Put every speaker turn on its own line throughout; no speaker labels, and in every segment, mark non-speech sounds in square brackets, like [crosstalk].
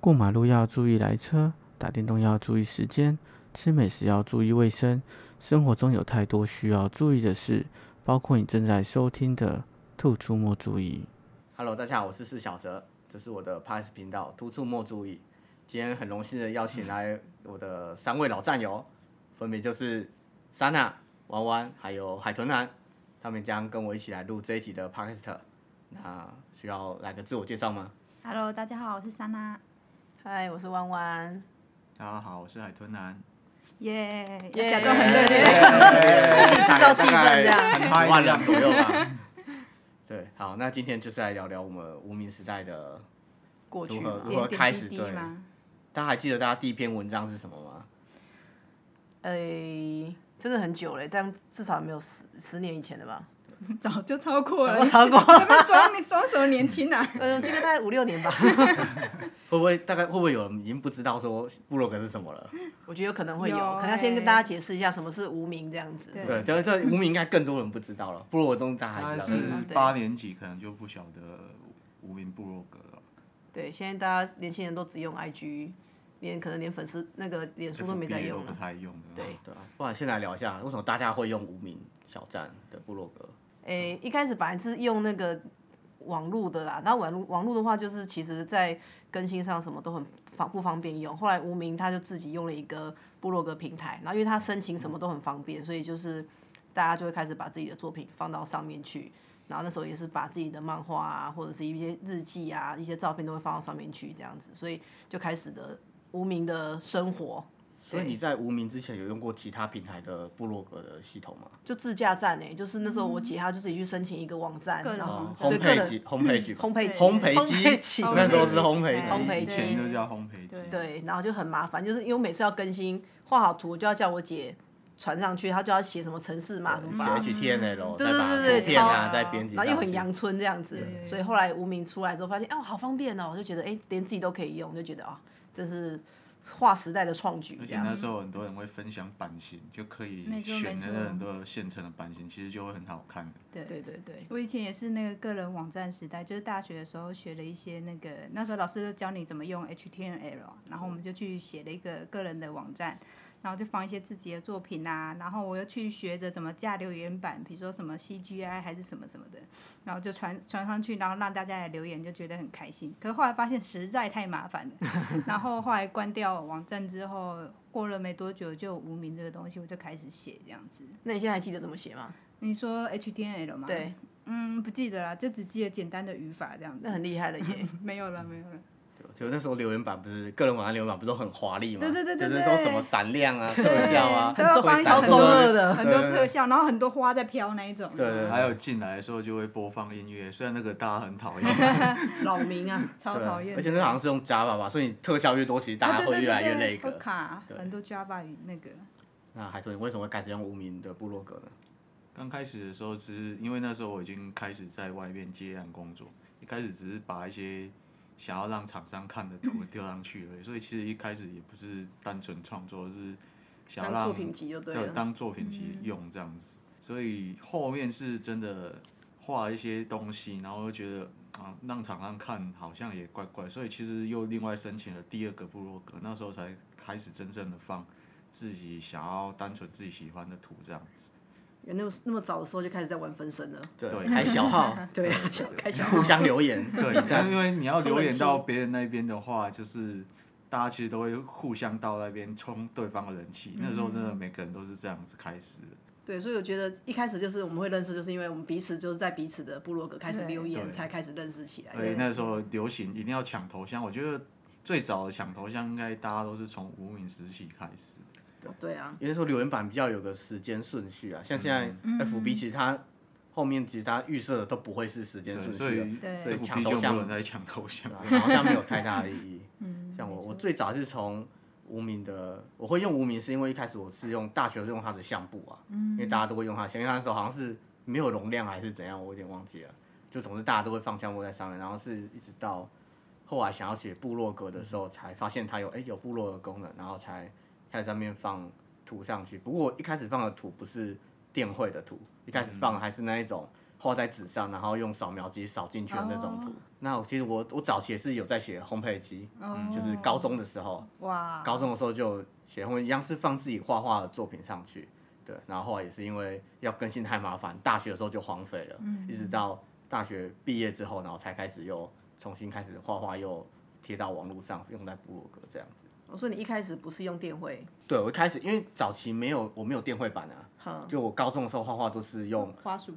过马路要注意来车，打电动要注意时间，吃美食要注意卫生。生活中有太多需要注意的事，包括你正在收听的《兔出没注意》。
Hello，大家好，我是四小哲，这是我的 p a s 频道，突出莫注意。今天很荣幸的邀请来我的三位老战友，分别就是莎娜、弯弯还有海豚男，他们将跟我一起来录这一集的 Podcast。那需要来个自我介绍吗？
Hello，大家好，我是莎娜，
嗨，我是弯弯。
大家好，我是海豚男。
耶、
耶
假装很热烈。
制
造气氛这样
十万人左右吧。 [laughs] 对，好，那今天就是来聊聊我们无名时代的，
过去
如何
嘛
如，何开始
点点滴滴吗？
大家还记得大家第一篇文章是什么吗？
呃，真的很久了，但至少没有十十年以前了吧？
早就超过了，
我超过
[laughs] 这边装你装什么年轻啊？
呃，这个大概五六年吧，
会不会大概会不会有人已经不知道说部落格是什么了？
我觉得有可能会有，
有
可能要先
欸
跟大家解释一下什么是无名这样子。
对
对，这这无名应该更多人不知道了，部落格中大啊家还
但
知道
啊是
的。
嗯对
八年级可能就不晓得无名部落格了。
对，现在大家年轻人都只用 IG，连可能连粉丝那个脸书都没在
FB
用
不
了。
太用了。
对，
对啊，不然先来聊一下为什么大家会用无名小站的部落格？
诶，一开始本来是用那个网络的啦，那网络网络的话，就是其实在更新上什么都很方不方便用。后来无名他就自己用了一个部落格平台，然后因为他申请什么都很方便，所以就是大家就会开始把自己的作品放到上面去。然后那时候也是把自己的漫画啊，或者是一些日记啊、一些照片都会放到上面去，这样子，所以就开始的无名的生活。
所以你在无名之前有用过其他平台的部落格的系统吗？
就自驾站哎、就是那时候我姐她就自己去申请一个网站，
个人
然后
网嗯站
哦烘
对个
焙
人
机，烘焙机，
烘焙机
烘焙
烘焙机
那时候是烘焙
烘
机。
焙
以
机
前就叫烘焙机。
对，然后就很麻烦，就是因为我每次要更新画好图，我就要叫我姐传上去，她就要写什么城市码什么码，
写 HTML，
嗯对
再
对
把
对对
图片啊，
超
再编辑
然
上
后
去，
又很阳春这样子，所以后来无名出来之后，发现哦好方便哦，我就觉得哎连自己都可以用，就觉得哦真是划时代的创举
而
这
且
样
那。时候很多人会分享版型，就可以
没错
选
没错
那个很多现成的版型，其实就会很好看的。
对
对对对，
我以前也是那个个人网站时代，就是大学的时候学了一些那个，那时候老师就教你怎么用 HTML，然后我们就去写了一个个人的网站，然后就放一些自己的作品啊，然后我又去学着怎么架留言板，比如说什么 CGI 还是什么什么的，然后就传传上去，然后让大家来留言，就觉得很开心。可是后来发现实在太麻烦了， [laughs] 然后后来关掉网站之后，过了没多久就有无名这个东西，我就开始写这样子。
那你现在还记得怎么写吗？
你说 HTML 吗？
对，
嗯，不记得了，就只记得简单的语法这样
那
子。
很厉害了耶。
没有了，没有了。
就那时候留言板不是个人网站留言板不是都很华丽吗？
对对对对
就
对
是都什么闪亮啊、特效啊，
对都要
会
帮你
闪
超
很
烁
中
多
二的，
很多特效，然后很多花在飘那一种。嗯
对对对
还有进来的时候就会播放音乐，虽然那个大家很讨厌，
扰民啊，
超讨厌。
而且那好像是用 Java 吧，所以你特效越多，其实大
啊
家
对对
会越来
对
越
对
那
会
个。
卡
对
很多 Java 语那个。
那海豚，你为什么会开始用无名的部落格呢？
刚开始的时候，只是因为那时候我已经开始在外面接案工作，一开始只是把一些想要让厂商看的图丢上去而已，所以其实一开始也不是单纯创作，是想要
当
让
作品集就嗯对了。
当作品集用这样子。所以后面是真的画了一些东西，然后又觉得啊，让厂商看好像也怪怪，所以其实又另外申请了第二个部落格，那时候才开始真正的放自己想要单纯自己喜欢的图这样子。
有那么那么早的时候就开始在玩分身了，
对
对
开小号，
[laughs]
对啊，小开小
互相留言，
[laughs]
[laughs]
对，
这样
因为你要
充
留
人
言
气
到别人那边的话，就是大家其实都会互相到那边冲对方的人气。那时候真的每个人都是这样子开始的。
[laughs] 对，所以我觉得一开始就是我们会认识，就是因为我们彼此就是在彼此的部落格开始
对
留言，
对
才开始认识起来。
而且那时候流行一定要抢头像，我觉得最早的抢头像应该大家都是从无名时期开始。
对啊，
有的时候留言板比较有个时间顺序啊，像现
嗯
嗯
在 FB 其实它后面其实它预设的都不会是时间
对，
顺
所
序
以
的，
对
所以抢
FB
头
就没
像
有人在抢头像，
对。吧好像没有太大的意义。
嗯
像我，
没错
我最早是从无名的，我会用无名是因为一开始我是用大学是用它的相簿啊，因为大家都会用它的相，因为那时候好像是没有容量还是怎样，我有点忘记了。就总之大家都会放相簿在上面，然后是一直到后来想要写部落格的时
嗯
候，才发现它有哎、有部落的功能，然后才开始上面放
嗯
图上去。不过我一开始放的图不是电绘的图，一开始放的还是那一种画在纸上，然后用扫描机扫进去的那种图。那我其实我我早期也是有在写烘焙机，
哦嗯
就是高中的时候，
哇，
高中的时候就有写烘焙，一样是放自己画画的作品上去。对，然后后来也是因为要更新太麻烦，大学的时候就荒废了，一直到大学毕业之后，然后才开始又重新开始画画，又贴到网络上，用在部落格这样子。
我说你一开始不是用电绘，
对，我一开始因为早期没有我没有电绘板啊，
哈，
就我高中的时候画画都是
[laughs]
用
花束，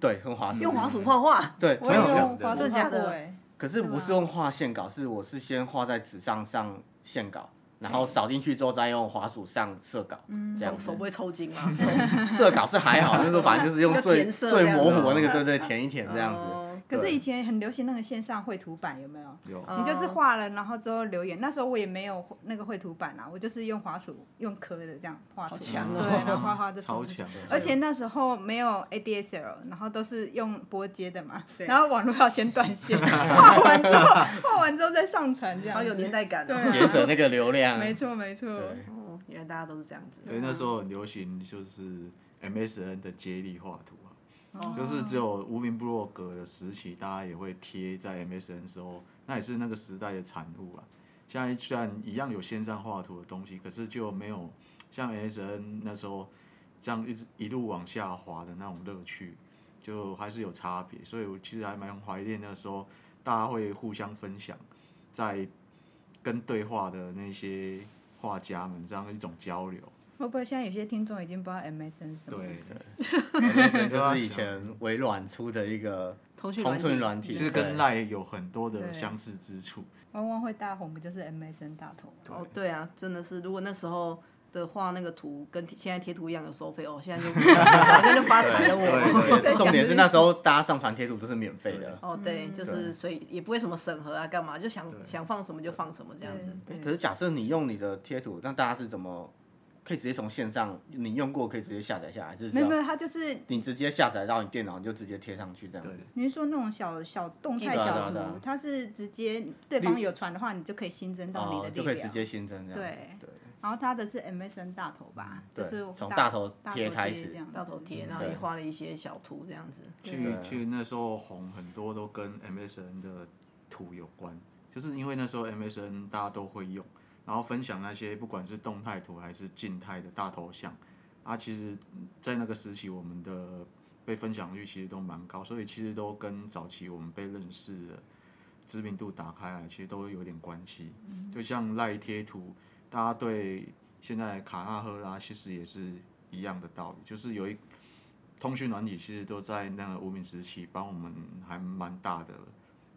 对用滑鼠，
用滑鼠画画，
对，
我
没
也
有
同样
想
用
的
花
真
束
的假
画过
的
哎，
可是不是用画线稿，是我是先画在纸上上线稿，然后扫进去之后再用滑鼠上色稿，这样
[laughs] 手
子
手不。会抽筋吗？手
色稿是还好，就是说反正就是用
比较
最
填色
最
这样
模
子
糊的那个，对对，填一填这样子。
哦
可是
对
以前很流行那个线上绘图板，有没有？
有
你
哦
就是画了，然后之后留言。那时候我也没有那个绘图板啊，我就是用滑鼠用刻的这样画图，
好强哦
对，然后画画的
超强的，
而且那时候没有 ADSL，然后都是用拨接的
[laughs]
嘛，然后网络要先断
[laughs]
线，画完之后画完之后再上传这样
好
子。
有年代感
对
哦。
节省那个流量，
[laughs] 没错没错，
对
哦原来大家都是这样子。
对，那时候很流行就是 MSN 的接力画图啊，就是只有无名部落格的时期，大家也会贴在 MSN 时候，那也是那个时代的产物啊。现在虽然一样有线上画图的东西，可是就没有像 MSN 那时候这样一直一路往下滑的那种乐趣，就还是有差别。所以我其实还蛮怀念那时候大家会互相分享，在跟对话的那些画家们这样一种交流。
会不会现在有些听众已经不知道 MSN 什么？
对，
这就是以前微软出的一个
通讯
通讯软体，
其实
对
跟 Line 有很多的
对
相似之处。
汪汪会大红不就是 MSN 大头吗？
哦，对啊，真的是，如果那时候的画那个图跟现在贴图一样有收费哦，
[laughs]
现在就好像就发财了我。
对对，重点是那时候大家上传贴图都是免费的。
哦，对，就是所以也不会什么审核啊，干嘛就想想放什么就放什么这样子。
诶可是假设你用你的贴图，那大家是怎么可以直接从线上你用过可以直接下载下来，还是
没有没
说
有，它就是
你直接下载到你电脑你就直接贴上去这样子？
对
你是说那种小小动态
对啊
小
对啊对
图
啊，
它是直接对方有传的话，你就可以新增到你的
哦，
列
就
表
可以直。接新增这样子。
对
对嗯
然后它的是 MSN 大头吧，就
对
是
从
大
大头贴开始
这样子
大头
嗯
贴，然后也画了一些小图这样子。
去去那时候红很多都跟 MSN 的图有关，就是因为那时候 MSN 大家都会用，然后分享那些不管是动态图还是静态的大头像，啊，其实，在那个时期我们的被分享率其实都蛮高，所以其实都跟早期我们被认识的知名度打开来，其实都有点关系。就像赖贴图，大家对现在的卡纳赫拉其实也是一样的道理，就是有一通讯软体其实都在那个无名时期帮我们还蛮大的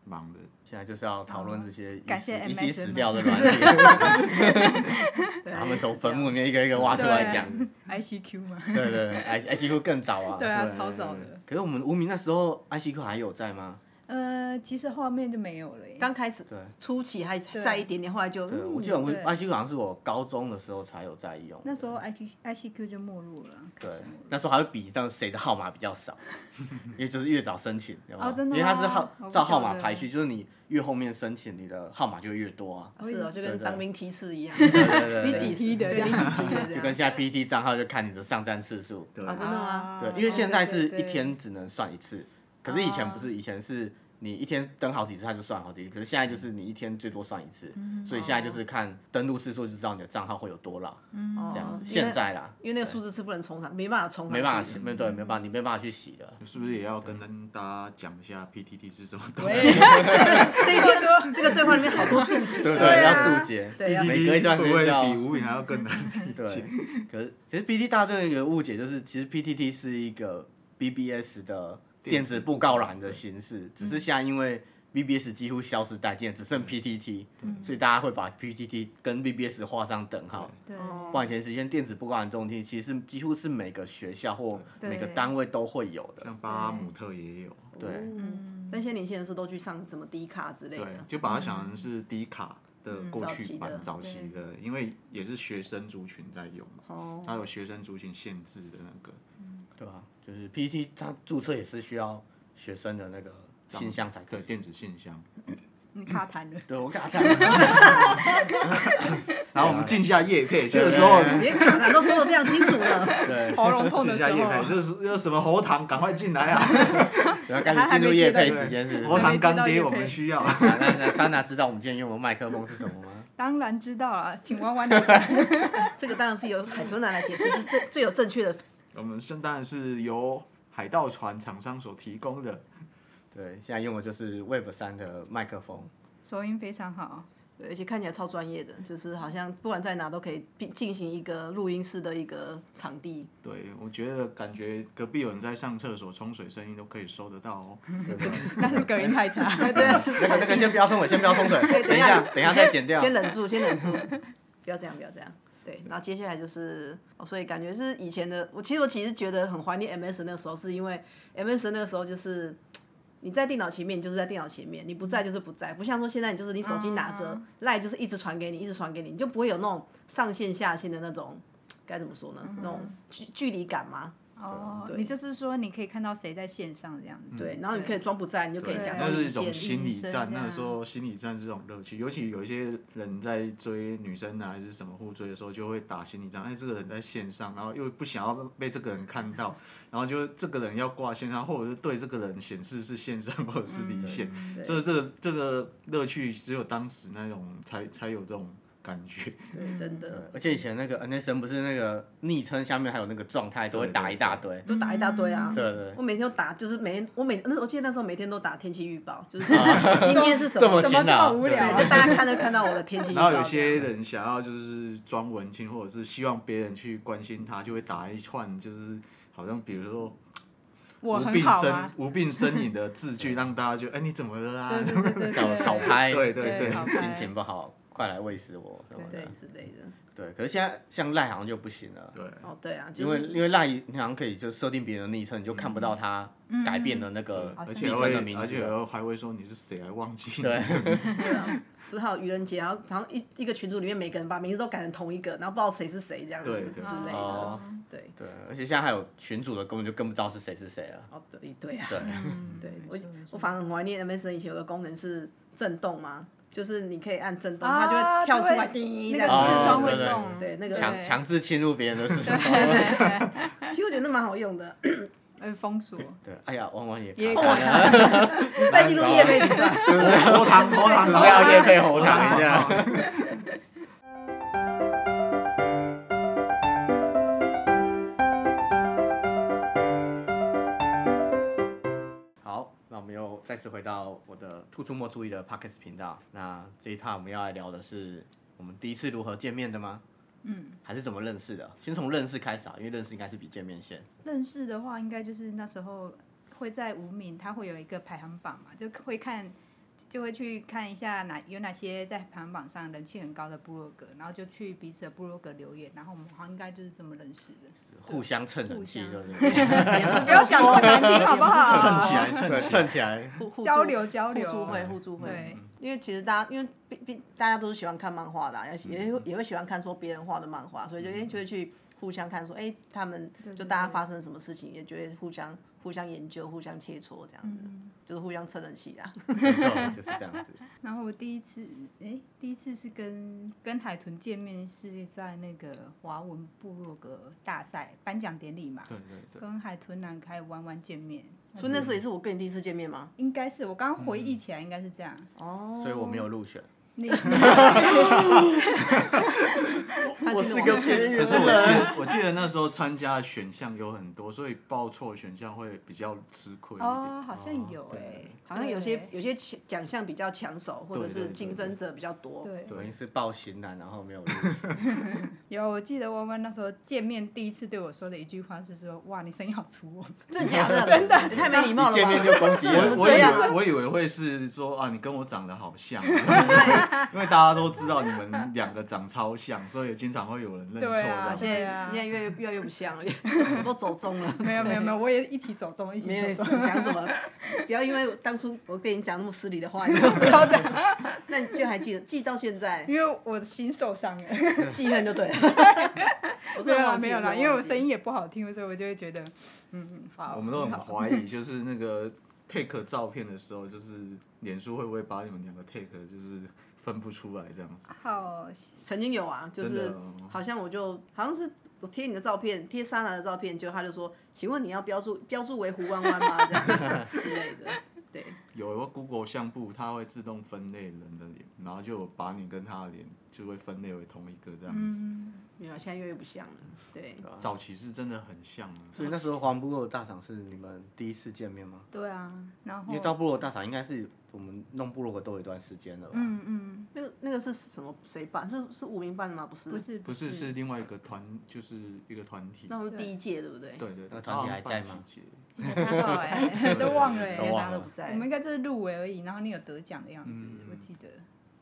忙的。
现在就是要讨论这些已
哦感
死
谢
已
MSN
经死掉
[laughs]
的软体，他们从坟墓里面一个一个挖出来讲。
ICQ 嘛，
对啊对，I I C Q 更早啊。
对啊，
对
超早
对
的。
可是我们无名那时候 I C Q 还有在吗？
呃，其实后面就没有了耶。
刚开始
对
初期还在一点点，后来就
对，我
嗯
记得我
对
I C Q 好像是我高中的时候才有在用。
那时候 I Q I C Q 就没落了，
对
开始没落，
那时候还会比但谁的号码比较少， [laughs] 因为就是越早申请，有没有
哦真的吗
因为它是
我
号
不
照号
晓
码
得
排序，就是你越后面申请，你的号码就越多啊。
是哦，就
对
跟
对
当兵提示一样，
对对对
你
对
几
对，
梯的，对你几梯的这
就跟
样。
现在 P E T 账号就看你的上站次数。
对
啊，真的吗？
对，因为现在是
对对
一
对
天只能算一次，可是以前不
哦
是，以前是你一天登好几次，它就算好几次。可是现在就是你一天最多算一次，
嗯
所以现在
哦
就是看登录次数就知道你的账号会有多老，
嗯
这样
哦
子。现在啦，
因为那个数字是不能冲上，没办法冲上去
没办法洗，没对，没办法，你没办法去洗的。
是不是也要跟大家讲一下 PTT 是什么东
喂
西？
这一篇这个对话里面好
[laughs]
多注解，
对不
[laughs] 对
对，
啊
要注解，
对要
每隔一段时
会不
间就
会比
要。
无名还要更难理
对
解？，
[laughs] 可是其实 B T 大队有一个误解就是，其实 P T T 是一个 B B S 的电子布告栏的形式，只是现在因为 B B S 几乎消失殆尽，只剩 P T T，所以大家会把 P T T 跟 B B S 画上等号。
对，
哦
不
[laughs]
然以前时间电子布告栏这种东西，其实是几乎是每个学校或
对
每个单位都会有的。
像巴哈姆特也有，
对，
嗯，但现在年轻人是都去上什么低卡之类
对啊
的，，
就把它想成是低卡的过去版，
早
早期的，因为也是学生族群在用
哦嗯
嘛，
啊
它有学生族群限制的那个。
对吧？就是 P T 它注册也是需要学生的那个信箱才可以
对。电子信箱，
你卡痰了。
对，我跟他讲，
然后我们进一下叶配，这个时候
对
连卡南都说的非常清楚了。
[laughs]
[laughs]
对，
喉咙痛的
进一
时
下叶配，
候，
这是这是什么喉糖？赶快进来啊！
然后开始进入夜配时间是不
喉
是？
糖干爹我们需要。
那啊那那莎娜知道我们今天用的麦克风是什么吗？
当然知道了，请弯弯的。
这个当然是由海豚男来解释，是最最有正确的。
[laughs] 我们圣诞是由海盗船厂商所提供的，
对，现在用的就是 Web 三的麦克风。
收音非常好，
对而且看起来超专业的，就是好像不管在哪都可以并进行一个录音室的一个场地，
对我觉得感觉隔壁有人在上厕所冲水声音都可以收得到哦。
那是隔音太差。
对，是
那个那个先不要冲水，先不要冲水，
对
[laughs] 等一下等一下再剪掉。
先忍住，先
[laughs]
忍住，不要这样，不要这样。对，然后接下来就是，哦所以感觉是以前的我，其实我其实觉得很怀念 MS 那个时候，是因为 MS 那个时候就是。你在电脑前面，你就是在电脑前面；你不在就是不在，不像说现在你就是你手机拿着
嗯
赖、就是一直传给你，一直传给你，你就不会有那种上线下线的那种，该怎么说呢？那种距距离感吗？
嗯哦，你就是说你可以看到谁在线上这样子。
对，然后你可以装不在，你就可以
对
假
那
装
是
离
一种
线。
心理
女生
战
啊，
那个时候心理战是这种乐趣，尤其有一些人在追女生啊还是什么互追的时候，就会打心理战，哎，这个人在线上，然后又不想要被这个人看到，然后就这个人要挂线上，或者是对这个人显示是线上或者是离线，
嗯对
这这个这个乐趣只有当时那种才才有这种感觉，
对，真的。
而且以前那个 NSN 不是那个昵称下面还有那个状态，都会打一大堆。
就打一大堆啊。
对对
我每天都打，就是每天我每那我记得那时候每天都打天气预报，
[laughs]
就是今天是什
这么勤
怎么
么怎
这么
劳
无
对，
聊？
就大家看都看到我的天气预
然后
报。
有些人想要就是装文青，或者是希望别人去关心他，就会打一串就是好像比如说
我
无
很
病
好
呻
啊。
无病呻吟的字句，让大家觉得哎、你怎么了 [laughs] 啊？
对对对
搞
对，
搞拍，
对对
对搞拍
心情不好，快来喂食我什么
对
的。
之类的。
对，可是现在像赖好像就不行了，
[laughs]
对，
哦，对啊，
因
就
为
是
因为赖你好像可以就设定别人的昵称，你就看
嗯
不到他改变的那个
而
昵
且
称的
会，
名
而
字
且
了。
还会说你是谁，还忘记。
对，
对啊，不是还有愚人节，然后然后一一个群组里面每个人把名字都改成同一个，然后不知道谁是谁这样子
对对
之类的。
哦，
对，
对，而且现在还有群主的，根本就跟不知道是谁是谁了。
哦对对啊，
对，
对
嗯没
我
错没错
我反而很怀念 MSN 以前有个功能是震动嘛，就是你可以按震动，
啊
它就会跳出来
就会
滴啊
那
这
个
样
视
子。
窗会
哦对对
动，
对那个
强强制侵入别人的视窗。
其实我觉得那蛮好用的，
呃封锁。
对，哎呀，弯弯也
[laughs] 也
卡
[laughs]
卡了，
再进入夜配时段。
喉糖喉糖，
不要啊夜配喉糖一下。好，那我们又再次回到我的兔出没注意的 Pockets 频道。那这一趟我们要来聊的是我们第一次如何见面的吗？嗯，还是怎么认识的？先从认识开始啊，因为认识应该是比见面先。
认识的话，应该就是那时候会在无名，它会有一个排行榜嘛，就会看，就会去看一下哪有哪些在排行榜上人气很高的部落格，然后就去彼此的部落格留言，然后我们好像应该就是这么认识的。
互相蹭人气，
互
就
相
是
不要讲那么难听好不 [laughs]
蹭
好？
起
对
来蹭起来。
蹭起来。
互互助
[laughs] 交流交流哦
互助会互助会
对。
因为其实大家，因为毕毕大家都是喜欢看漫画的啊、也喜也会也会喜欢看说别人画的漫画，所以就哎就会去互相看说，哎，他们
对
就
对
大家
对
发生了什么事情，也就会互相互相研究、互相切磋这样子，就是互相蹭人气啊。
没错，就是这样子。
然后我第一次，诶，第一次是跟跟海豚见面是在那个华文部落格大赛颁奖典礼嘛，
对对对，
跟海豚男开弯弯见面，
所以那时候也是我跟你第一次见面吗？
应该是我刚刚回忆起来应该是这样。
哦，
所以我没有入选。
你
我是
个便宜
可是我记得我记得那时候参加的选项有很多，所以报错选项会比较吃亏一
哦，
点。
好像有哎、
[laughs] 好像有些
对
有些奖奖项比较抢手，或者
对对
是
对
竞争者比较多。
对
我一次报型男，然后没有
[laughs]
入选。
有，我记得弯弯那时候见面第一次对我说的一句话是说：“哇，你声音好粗哦。 [laughs]
真的假的？真的，太没礼貌了吧？
见面就攻击
我
人
怎么
我我以
这样
为我以为会是说啊，你跟我长得好像，啊 [laughs] 因为大家都知道你们两个长超像，所以经常会有人认错
对啊
[laughs]
这样子
现在
对啊
现在越越来越不像了，我都走中了”。
没有没有没有，我也一起走中，一
[laughs] 没有
起走中。
讲
[laughs]
什么，不要因为当初我对你讲那么失礼的话，你都 [laughs] 不
[laughs]
要讲。那你居然还记得，记到现在，
因为我的心受伤了，
记恨就对
[laughs]
了。
没
我
有
真的
啦
忘记
没有啦，
真的忘记
因为我声音也不好听，所以我就会觉得，嗯，好，
我们都很
好
怀疑，就是那个 take 照片的时候，就是脸书会不会把你们两个 take 就是分不出来这样子。
好，
曾经有啊，就
真的
是好像我就好像是我贴你的照片，贴莎娜的照片，就他就说，请问你要标注标注为胡弯弯吗？ [laughs] 这样子之类的，对，
有个 Google 相簿，它会自动分类人的脸，然后就把你跟他的脸就会分类为同一个这样子。
嗯，
没有，啊现在越来越不像了，对，
早期是真的很像啊，
所以那时候黄部落大赏是你们第一次见面
哦
吗？
对啊，然
因
后
为到部落大赏应该是我们弄部落格都有一段时间了吧？
嗯嗯，
那个那个是什么谁办？是是无名办的吗？不是，
不，是
不是是另外一个团，就是一个团体。
那是第一届对不对？
对对
那
对，
团体还在吗
他好像办几届
没看到哎，
都忘了
因为
都
欸，
忘
大家都
了
不
我
在
们。应该就是入围而已，然后你有得奖的样子
嗯，
我记得，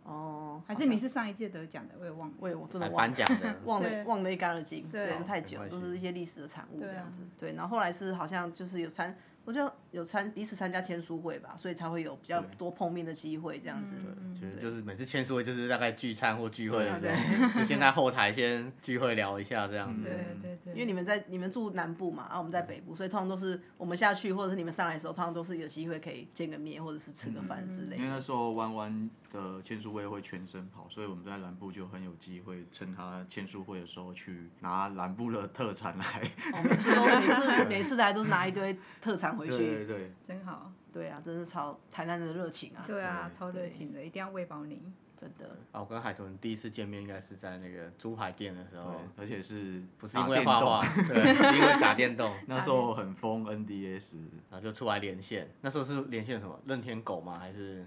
哦，
还是你是上一届得奖的，我也忘了。
我也我真的
来
忘
颁
了。，
奖的
忘
对
了忘了一干二净，
对
对，
好
没
太久，
关
都
系
是一些历史的产物
对啊
这样子。对，然后后来是好像就是有参，我觉得有参彼此参加签书会吧，所以才会有比较
对
多碰面的机会这样
嗯
子。
觉得就是每次签书会就是大概聚餐或聚会的时
嗯对 [laughs] 嗯
候，就先在后台先聚会聊一下这样子。
对对对，
因为你们在你们住南部嘛，然、啊后我们在北部，所以通常都是我们下去，或者是你们上来的时候，通常都是有机会可以见个面，或者是吃个饭之类
因为
的。
那时候弯弯的签书会会全身跑，所以我们在南部就很有机会趁他签书会的时候去拿南部的
[laughs]
特产来。
哦每次都每
[laughs]
次每次来都拿一堆特产回
对对
去，
对，
真好，
对啊，真是超台南的热情啊，
对啊，
对
超热情的，一定要喂饱你。
真的。
嗯
啊，我跟海豚第一次见面应该是在那个猪排店的时候
对，，而且是
不是
打
因为
电
画
动
画，对，是因为打电动，
[laughs] 那时候很疯 NDS，
[laughs]
然后就出来连线。那时候是连线什么？任天狗吗？还是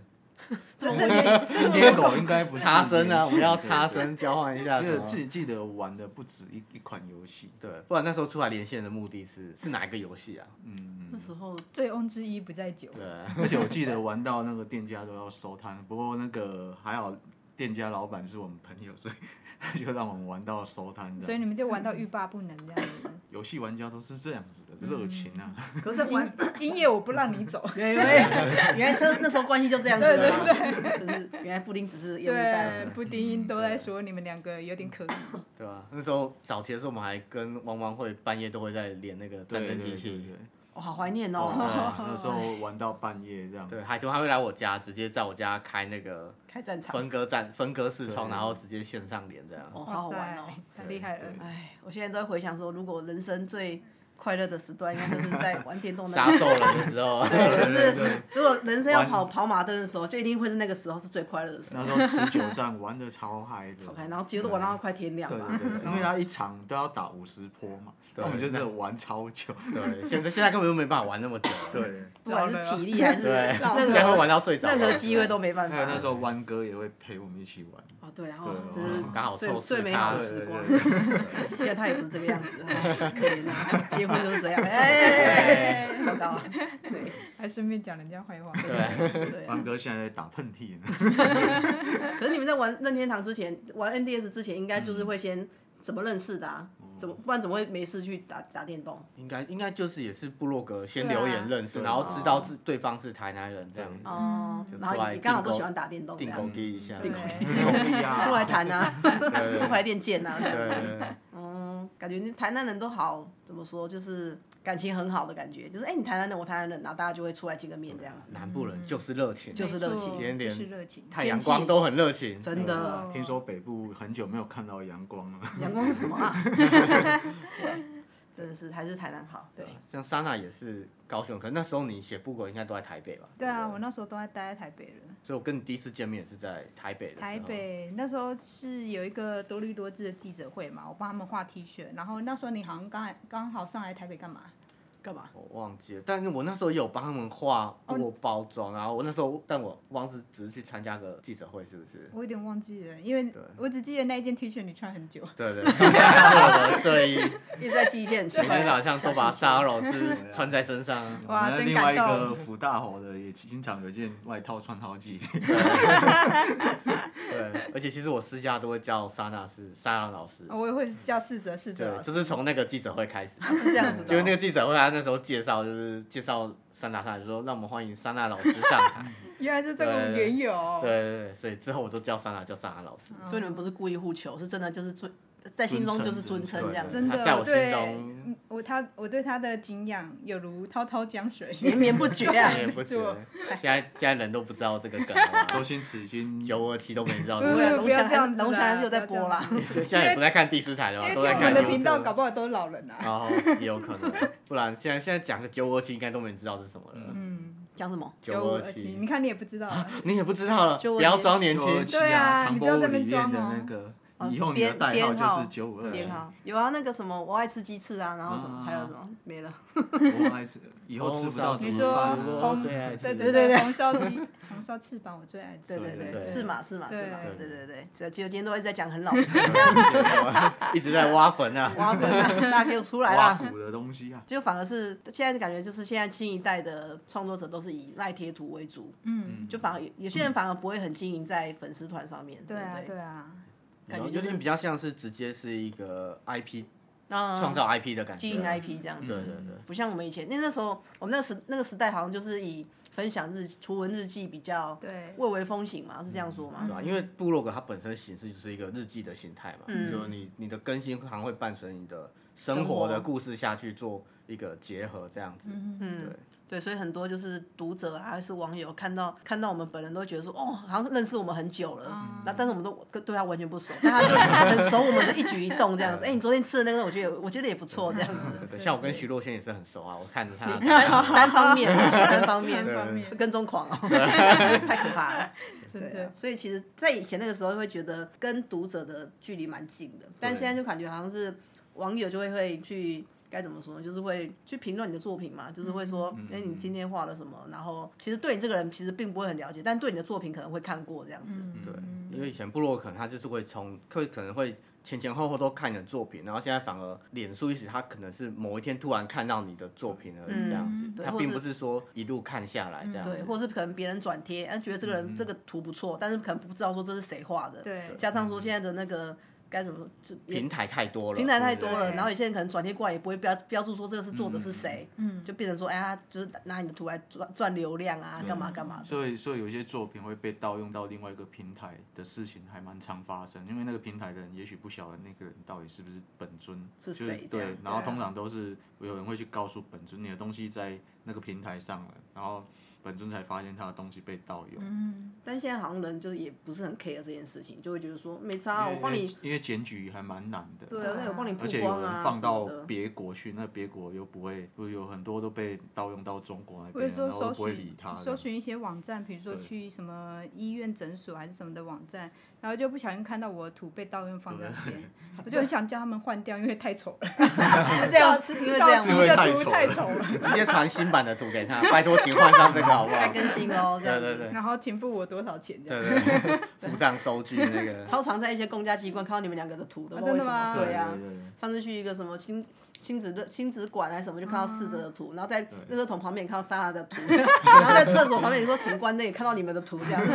这么热情
任天狗应该不是
插身啊？
联
我
系
们要
对
插
对
身交换一下
记
什
得
么。
记记得玩的不止一一款游戏，
对，不然那时候出来连线的目的是是哪一个游戏啊？
嗯，
那时候
醉翁之意不在酒，
对，啊
而且我记得玩到那个店家都要收摊，不过那个还好，店家老板是我们朋友，所以 [laughs] 他就让我们玩到收摊这
所以
样。
你们就玩到欲罢不能这样子。
游戏玩家都是这样子的热情啊，
嗯
可是在玩
今今夜我不让你走，
原来原来这那时候关系就这样子了吗，就是原来布丁只是烟雾
对
弹，，
布丁都在说你们两个有点可疑。
对吧、那时候早期的时候，我们还跟汪汪会半夜都会在连那个战
[laughs] 对对
争
对
机
对
器， [laughs]
对，
我好怀念
对
哦，
那时候玩到半夜这样
对，
子，
海豚还会来我家，直接在我家开那个
开战场，
分割战分割视窗，
对
然后直接线上连这样。
哦，
哇
好好玩
塞
哦。
太厉害了
对！
哎，我现在都在回想说，如果人生最快乐的时段，应该就是在玩电动
杀
那。
兽人的时
[laughs]
候，
对，就是如果人生要跑
玩
跑马灯的时候，就一定会是那个时候是最快乐的时候
那。时候持久战玩的超
[laughs]
嗨的，
超开，然后几乎都玩到快天亮
对
吧。
对对，因为他一场都要打五十坡嘛，
对
他们就是玩超久，
对，现在现在根本就没办法玩那么久。
对。
不管是体力还是
对，
那
现在会玩
个
到睡着。
任何机会都没办法
[laughs] 还有。那时候弯哥也会陪我们一起玩，
哦，对，然后
对哦
真是
刚好
最
凑四
最美
咖
好 [laughs] 的
对
时
对
光。
对
现在他也不是这个样子，哎可怜啊！结婚就是这样，哎，
[laughs]
糟糕啊！对
还顺便讲人家坏话。
对，
对啊
弯。哥现在在打喷
[laughs]
嚏呢。
可是你们在玩任天堂之前，玩 NDS 之前，应该
嗯
就是会先怎么认识的啊？怎么不然怎么会没事去打打电动？
应该应该就是也是部落格先
对啊
留言认识，
对
然后知道自对方是台南人这样，
哦
嗯就，
然后
出来
你你刚好
订
都
购
喜欢打电动，这啊
定
样
勾地一下。
对
对，
出来谈啊，
对
[laughs] 出牌练剑啊，这样
对对
嗯，感觉你台南人都好，怎么说，就是感情很好的感觉，就是哎、你台南人，我台南人，然后大家就会出来见个面这样子。
南部人就是热情，
就是热情
没错
今天连
就是热情。
太阳光都很热情，
真的，
嗯
听说北部很久没有看到阳光了，
阳光是什么
[laughs]
啊？真的是还是台南好，对，
像莎娜也是高雄，可是那时候你写布格应该都在台北吧？
对啊，
不
我那时候都在待在台北了。
所以我跟你第一次见面也是在台北的时候
台，北那时候是有一个多利多智的记者会嘛，我帮他们画 T 恤。然后那时候你好像刚来刚好上来台北干嘛？
干嘛？
我忘记了，但是我那时候也有帮他们画过包装，然后我那时候但我忘是只是去参加个记者会，是不是？
我有点忘记了，因为
对
我只记得那一件 T 恤你穿很久。
对对， [laughs] 对还是我的睡衣，
一直在记一些很奇
每
怪
天早
的
上都把沙漏是穿在身上，
[laughs]
哇
那
真
另外一
感
个
动
福大猴的也经常有一件外套穿好几，
对，而且其实我私下都会叫莎娜是莎娜老师，
我也会叫逝者逝者
对，
老
就
师。
是从那个记者会开
[laughs]
始。
是这样子的
就
哦、
是那个记者会，他那时候介绍就是介绍三大上来，就说让我们欢迎莎娜老师上
[laughs]
台。
原来是这个缘由。
对对对，所以之后我都叫莎娜叫莎娜老师。
嗯所以你们不是故意互求，是真的就是追在心中就是尊称这样子，
嗯真的
他在我心
对
中
我他我对他的敬仰有如滔滔江水，
绵绵不绝
哎
啊 [laughs]
我。也不觉得
没。
现在现在人都不知道这个梗了
[laughs]
[laughs]
周
吧，
星驰已经
九二七都没人知道。
不
对啊龙
要
翔
这样
还
子啦
龙翔还是有在播啊啦，
现在也不在看第四台了
[laughs]
吧，
因为听
都在
我
看
们的
YouTube
频道，搞不好都是老人啊。
然后也有可能，不然现在现在讲个九五二七，应该都没人知道是什么了。
嗯，
讲什么？
九五二
七，
七
你，看你也不知道
[laughs]
啊，
你也不知道了，
952
不要装年
九二
轻。
七
对啊
唐
你不
伯
要
虎
在那
里
边
面
装
的
哦
那个，
哦
以后你的
编
代号
编
就
号
是九五二七
编。号有啊，那个什么，我爱吃鸡翅啊，然后什么，
啊
还有什么没了？
我还是以后吃不到怎
你
么
说
办啊
我最爱吃
对对对对，红烧鸡， [laughs] 红烧翅膀我最爱吃。
对对对，
对
是嘛是嘛
对
是嘛，
对
对对对，这就今天都一直在讲很老的
一直在挖坟啊，
挖坟啊，大家给我出来
挖
啦！
骨的东西啊，
就反而是现在感觉就是现在新一代的创作者都是以赖贴图为主，
嗯，
就反而有些人反而不会很经营在粉丝团上面，
对
不
啊
对
对啊，
感觉
有
就是
点比较像是直接是一个 IP
创
创造 IP 的感觉，
嗯经营 IP 这样
对
子。
对对，
不像我们以前，那那时候我们那个时那个时代好像就是以分享日图文日记比较
对
蔚为风行嘛，是这样说
嗯对啊
吗？
吧？因为部落格它本身形式就是一个日记的形态嘛，就是你你的更新常会伴随你的生活的
嗯生活嗯
故事下去做一个结合，这样子， [laughs] 嗯对。
对，所以很多就是读者啊，还是网友看到看到我们本人都会觉得说，哦，好像认识我们很久了，那、但是我们都跟对他完全不熟，但他就很熟我们的一举一动这
[laughs]
样子。哎、你昨天吃的那个，我觉得我觉得也不错这样子，
对像我跟徐若瑄也是很熟啊，我看
[laughs]
着她，
单单方面，单方面，
单方面
跟踪狂哦， [laughs] 太可怕了。
真
啊
的。
所以其实，在以前那个时候，会觉得跟读者的距离蛮近的，但现在就感觉好像是网友就会会去该怎么说呢？就是会去评论你的作品嘛，就是会说，哎、你今天画了什么？然后其实对你这个人其实并不会很了解，但对你的作品可能会看过这样子。
对，因为以前部落可能他就是会从会可能会前前后后都看你的作品，然后现在反而脸书也许他可能是某一天突然看到你的作品而已这样
嗯
子，
对
他
或
并
是嗯
不是说一路看下来这样
对，
子，
或是可能别人转贴，哎，觉得这个人、这个图不错，但是可能不知道说这是谁画的。
对
加上说现在的那个该怎么说，就也
平台太多了，
平台太多
对
了，
对嗯
然后有些人可能转贴过来也不会标标注说这个是作者是谁，就变成说，哎呀，他就是拿你的图来赚赚流量啊，干
嗯
嘛干嘛的。
所以所以有一些作品会被盗用到另外一个平台的事情还蛮常发生，因为那个平台的人也许不晓得那个人到底是不是本尊
是
就是
谁这样
对，然后
对啊
通常都是有人会去告诉本尊你的东西在那个平台上了，然后本尊才发现他的东西被盗用，
嗯但现在好像人就是也不是很 care 这件事情，就会觉得说没差啊，我帮
因
你
为，因为检举还蛮难的，
对啊，那我帮你
而
曝
且有
光
人
啊
放
什
到
么的。
别国去，那别国又不会，不是有很多都被盗用到中国
或
那
者
边，
说
然后
搜
都不会
寻
理他这
搜
样。
寻一些网站，比如说
对
去什么医院、诊所还是什么的网站，然后就不小心看到我的图被盗用放在那边，我就很想叫他们换掉，因为太丑了。
[laughs]
是这样，是因为这
造
样
出
因为
的
太
图
丑
太
了
丑了，
直接传新版的图给
[laughs]
他，拜托请换上这个好不好
该？更新哦，这样
对
子
对对
[laughs] 然后请付我多少钱这
对
样。
对对，附上收据那个，
超常在一些公家机关看到你们两个的图的，不知道为什
啊
么？
真的吗
对呀、啊
对对对，
上次去一个什么亲亲子的亲子馆还是什么，就看到逝者的
啊
图，然后在垃圾桶旁边也看到莎拉的图， [laughs] 然后在厕所旁边也说请关内，也看到你们的图这样
[laughs]
子，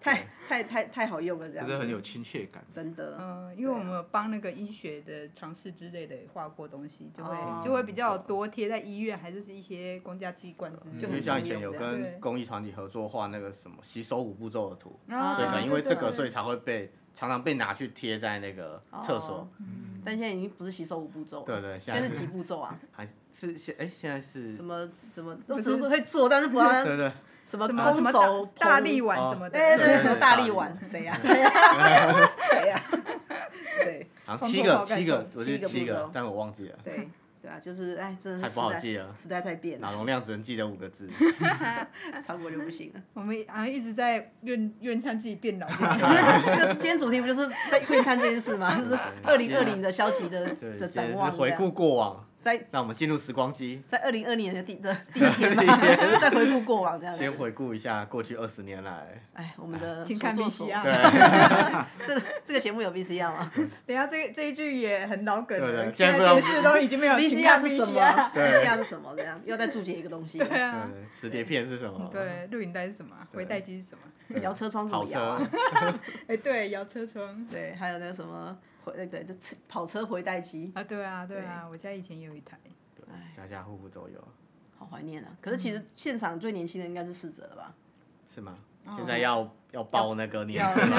太太太太好用了这样
就
子，
是很有亲切感。
真的。
嗯，因为我们有帮那个医学的尝试之类的画过东西，就会、
哦
就会比较多贴在医院，还是是一些公家机关之类的。
嗯
就
因为
很
像以
常
前有
用的
跟
对
公益团体合作画那个什么洗手五步骤的图，
啊
所以可能因为这个，
对对对
所以才会被常常被拿去贴在那个厕所
哦，但现在已经不是洗手五步骤了，
对对
现在
现在
是几步
[laughs]
骤啊？
还是现哎现在是
什么什么都
不
只
是
会做，但是不知道
[laughs]
它
对对，
什么
什么什
攻
么
守
大大力
丸，
丸
哦
什么的，
对对
对
对，什么
对
大
大
力
力
丸
丸，
谁
[laughs]
啊呀？谁呀？谁呀？对
好像
从
七
头
个
到盖
七
送
个，我
七
记
个
得七
步
个
骤，
但我忘记了，
对对啊，就是哎，真的
太
是
不
时
好
代
记了
时代在变
脑
了，
容量只能记得五个字，
超过就
[laughs]
不行了。
我们好像一直在怨怨叹自己变老。
这个今天主题不就是在窥探这件事吗？就是二零二零的消极的
对，
的
简
展
直
望
是
这样，
回顾过往，
在
让我们进入时光机，
在二零二零年的第的第一天嘛， [laughs] 再回顾过往这样子。
先回顾一下过去二十年来，
[laughs] 哎，我们的
请看
所
B
作所
C 啊，
这这个节目有 VCR 吗
等一下这个这一句也很老梗
对对
了，
现在不
现
知道
在电视都已经没
[laughs]
有请看
？VCR 是
B
什
C
么
啊，
？VCR 是什么？这样又在注解一个东西。
对啊，
对，磁碟片是什么？
对，录影带是什么啊？回带机是什么？
摇车窗怎
嗯跑
么摇
车
[laughs]
啊？，
哎，对，摇车窗
[laughs] 对，还有那个什么回那个就吃跑车回带机，
啊，对啊，对啊，我家以前也有一台，
家家户户都有，嗯
好怀念啊！可是其实现场最年轻的应该是逝者了吧？ [laughs]
是吗？现在要要报那个年资
要 [laughs]
了，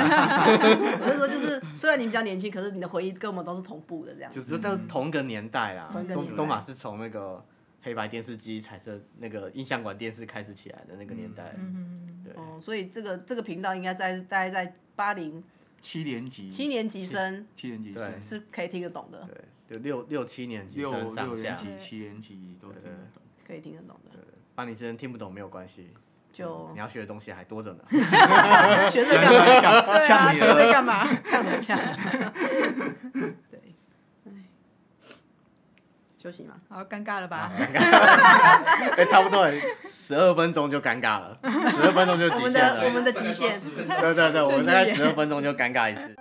我是说，就是虽然你比较年轻，可是你的回忆跟我们都是同步的这样
就
子。
是
嗯
都同一个年代啦
同一。个
东
年代
东马是从那个黑白电视机、彩色那个印象馆电视开始起来的那个
嗯
年代。对，
哦，所以这个这个频道应该在大概在八零
七年级，
七年级生
七年级
对
生
是可以听得懂的，
对，就六六七年级
六
生
六
上
年
下，
级、七年级都听得懂。
可以听得懂的，
八年生听不懂没有关系，嗯
就
你要学的东西还多着
[laughs]
呢。
学着干嘛？ [laughs] 对啊，
像
学
你
着
的
干嘛？呛的呛。 [laughs] 对，哎，休息嘛。
好尴尬了吧？
哎、差不多十二分钟就尴尬了，十二分钟就
我
极
们
限了。
的我们的极限，
对对对，我们大概十二分钟就尴尬一次。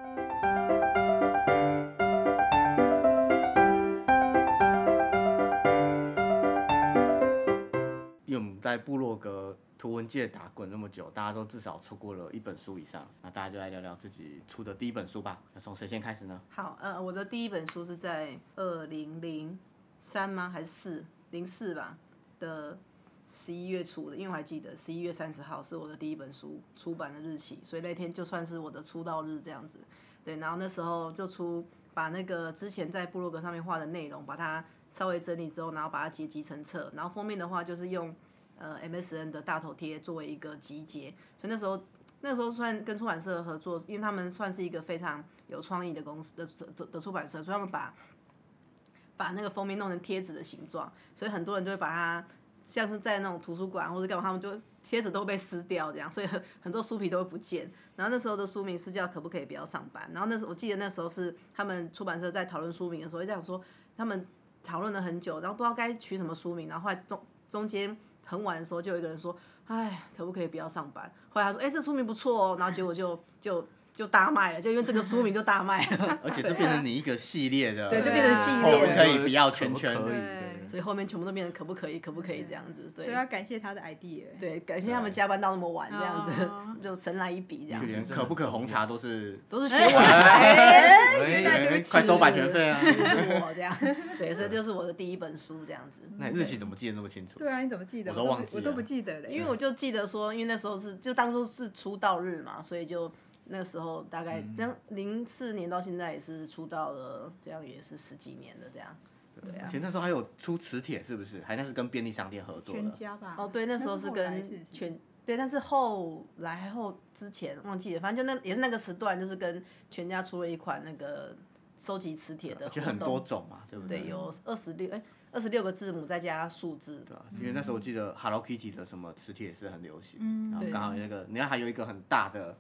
因为我们在部落格图文界打滚那么久，大家都至少出过了一本书以上，那大家就来聊聊自己出的第一本书吧。那从谁先开始呢？
好，呃，我的第一本书是在二零零三吗？还是四零四吧的十一月初的，因为我还记得十一月三十号是我的第一本书出版的日期，所以那天就算是我的出道日这样子。对，然后那时候就出把那个之前在部落格上面画的内容，把它稍微整理之后，然后把它结集成册，然后封面的话就是用呃 MSN 的大头贴作为一个集结，所以那时候那时候算跟出版社合作，因为他们算是一个非常有创意的公司的的的出版社，所以他们把把那个封面弄成贴纸的形状，所以很多人就会把它像是在那种图书馆或者干嘛，他们就贴纸都会被撕掉这样，所以很很多书皮都会不见。然后那时候的书名是叫《可不可以不要上班》，然后那时候我记得那时候是他们出版社在讨论书名的时候，就想说他们讨论了很久，然后不知道该取什么书名，然后后来中中间很晚的时候，就有一个人说：“哎，可不可以不要上班？”后来他说：“哎、这书名不错哦。”然后结果就就就大卖了，就因为这个书名就大卖了。 [laughs]
而且这变成你一个系列的，呃
对就
变成系列
可不可以不要圈圈
可？不可以
对
哎所以后面全部都变成可不可以，可不可以这样子，
所以
对
要感谢他的 idea。
对，感谢他们加班到那么晚这样
哦
子，就神来一笔这样
就
子，
连可不可红茶都是
都是学我
哎
哎快收版权费啊！
是我这样，对，所以这就是我的第一本书这样子，
[laughs] 那你日期怎么记得那么清楚？
[laughs] 对啊，你怎么记得？
我
我
都忘记
不我都
了
不记得了，
因为我就记得说，因为那时候是就当初是出道日嘛，所以就那时候大概
嗯
那零四年到现在也是出道了，这样也是十几年了这样。
而且那时候还有出磁铁，是不是？还那是跟便利商店合作
全
的。
家吧。
哦，对，那时候
是
是
后
跟
来是不是
全对，但是后来还后之前忘记了，反正就那也是那个时段，就是跟全家出了一款那个收集磁铁的
而
活
且
动，
很多种嘛，对不对？
对，有二十六哎二十六个字母再加数字，
对啊因为那时候我记得 Hello Kitty 的什么磁铁也是很流行，
嗯
然后
对
刚好那个，你看还有一个很大的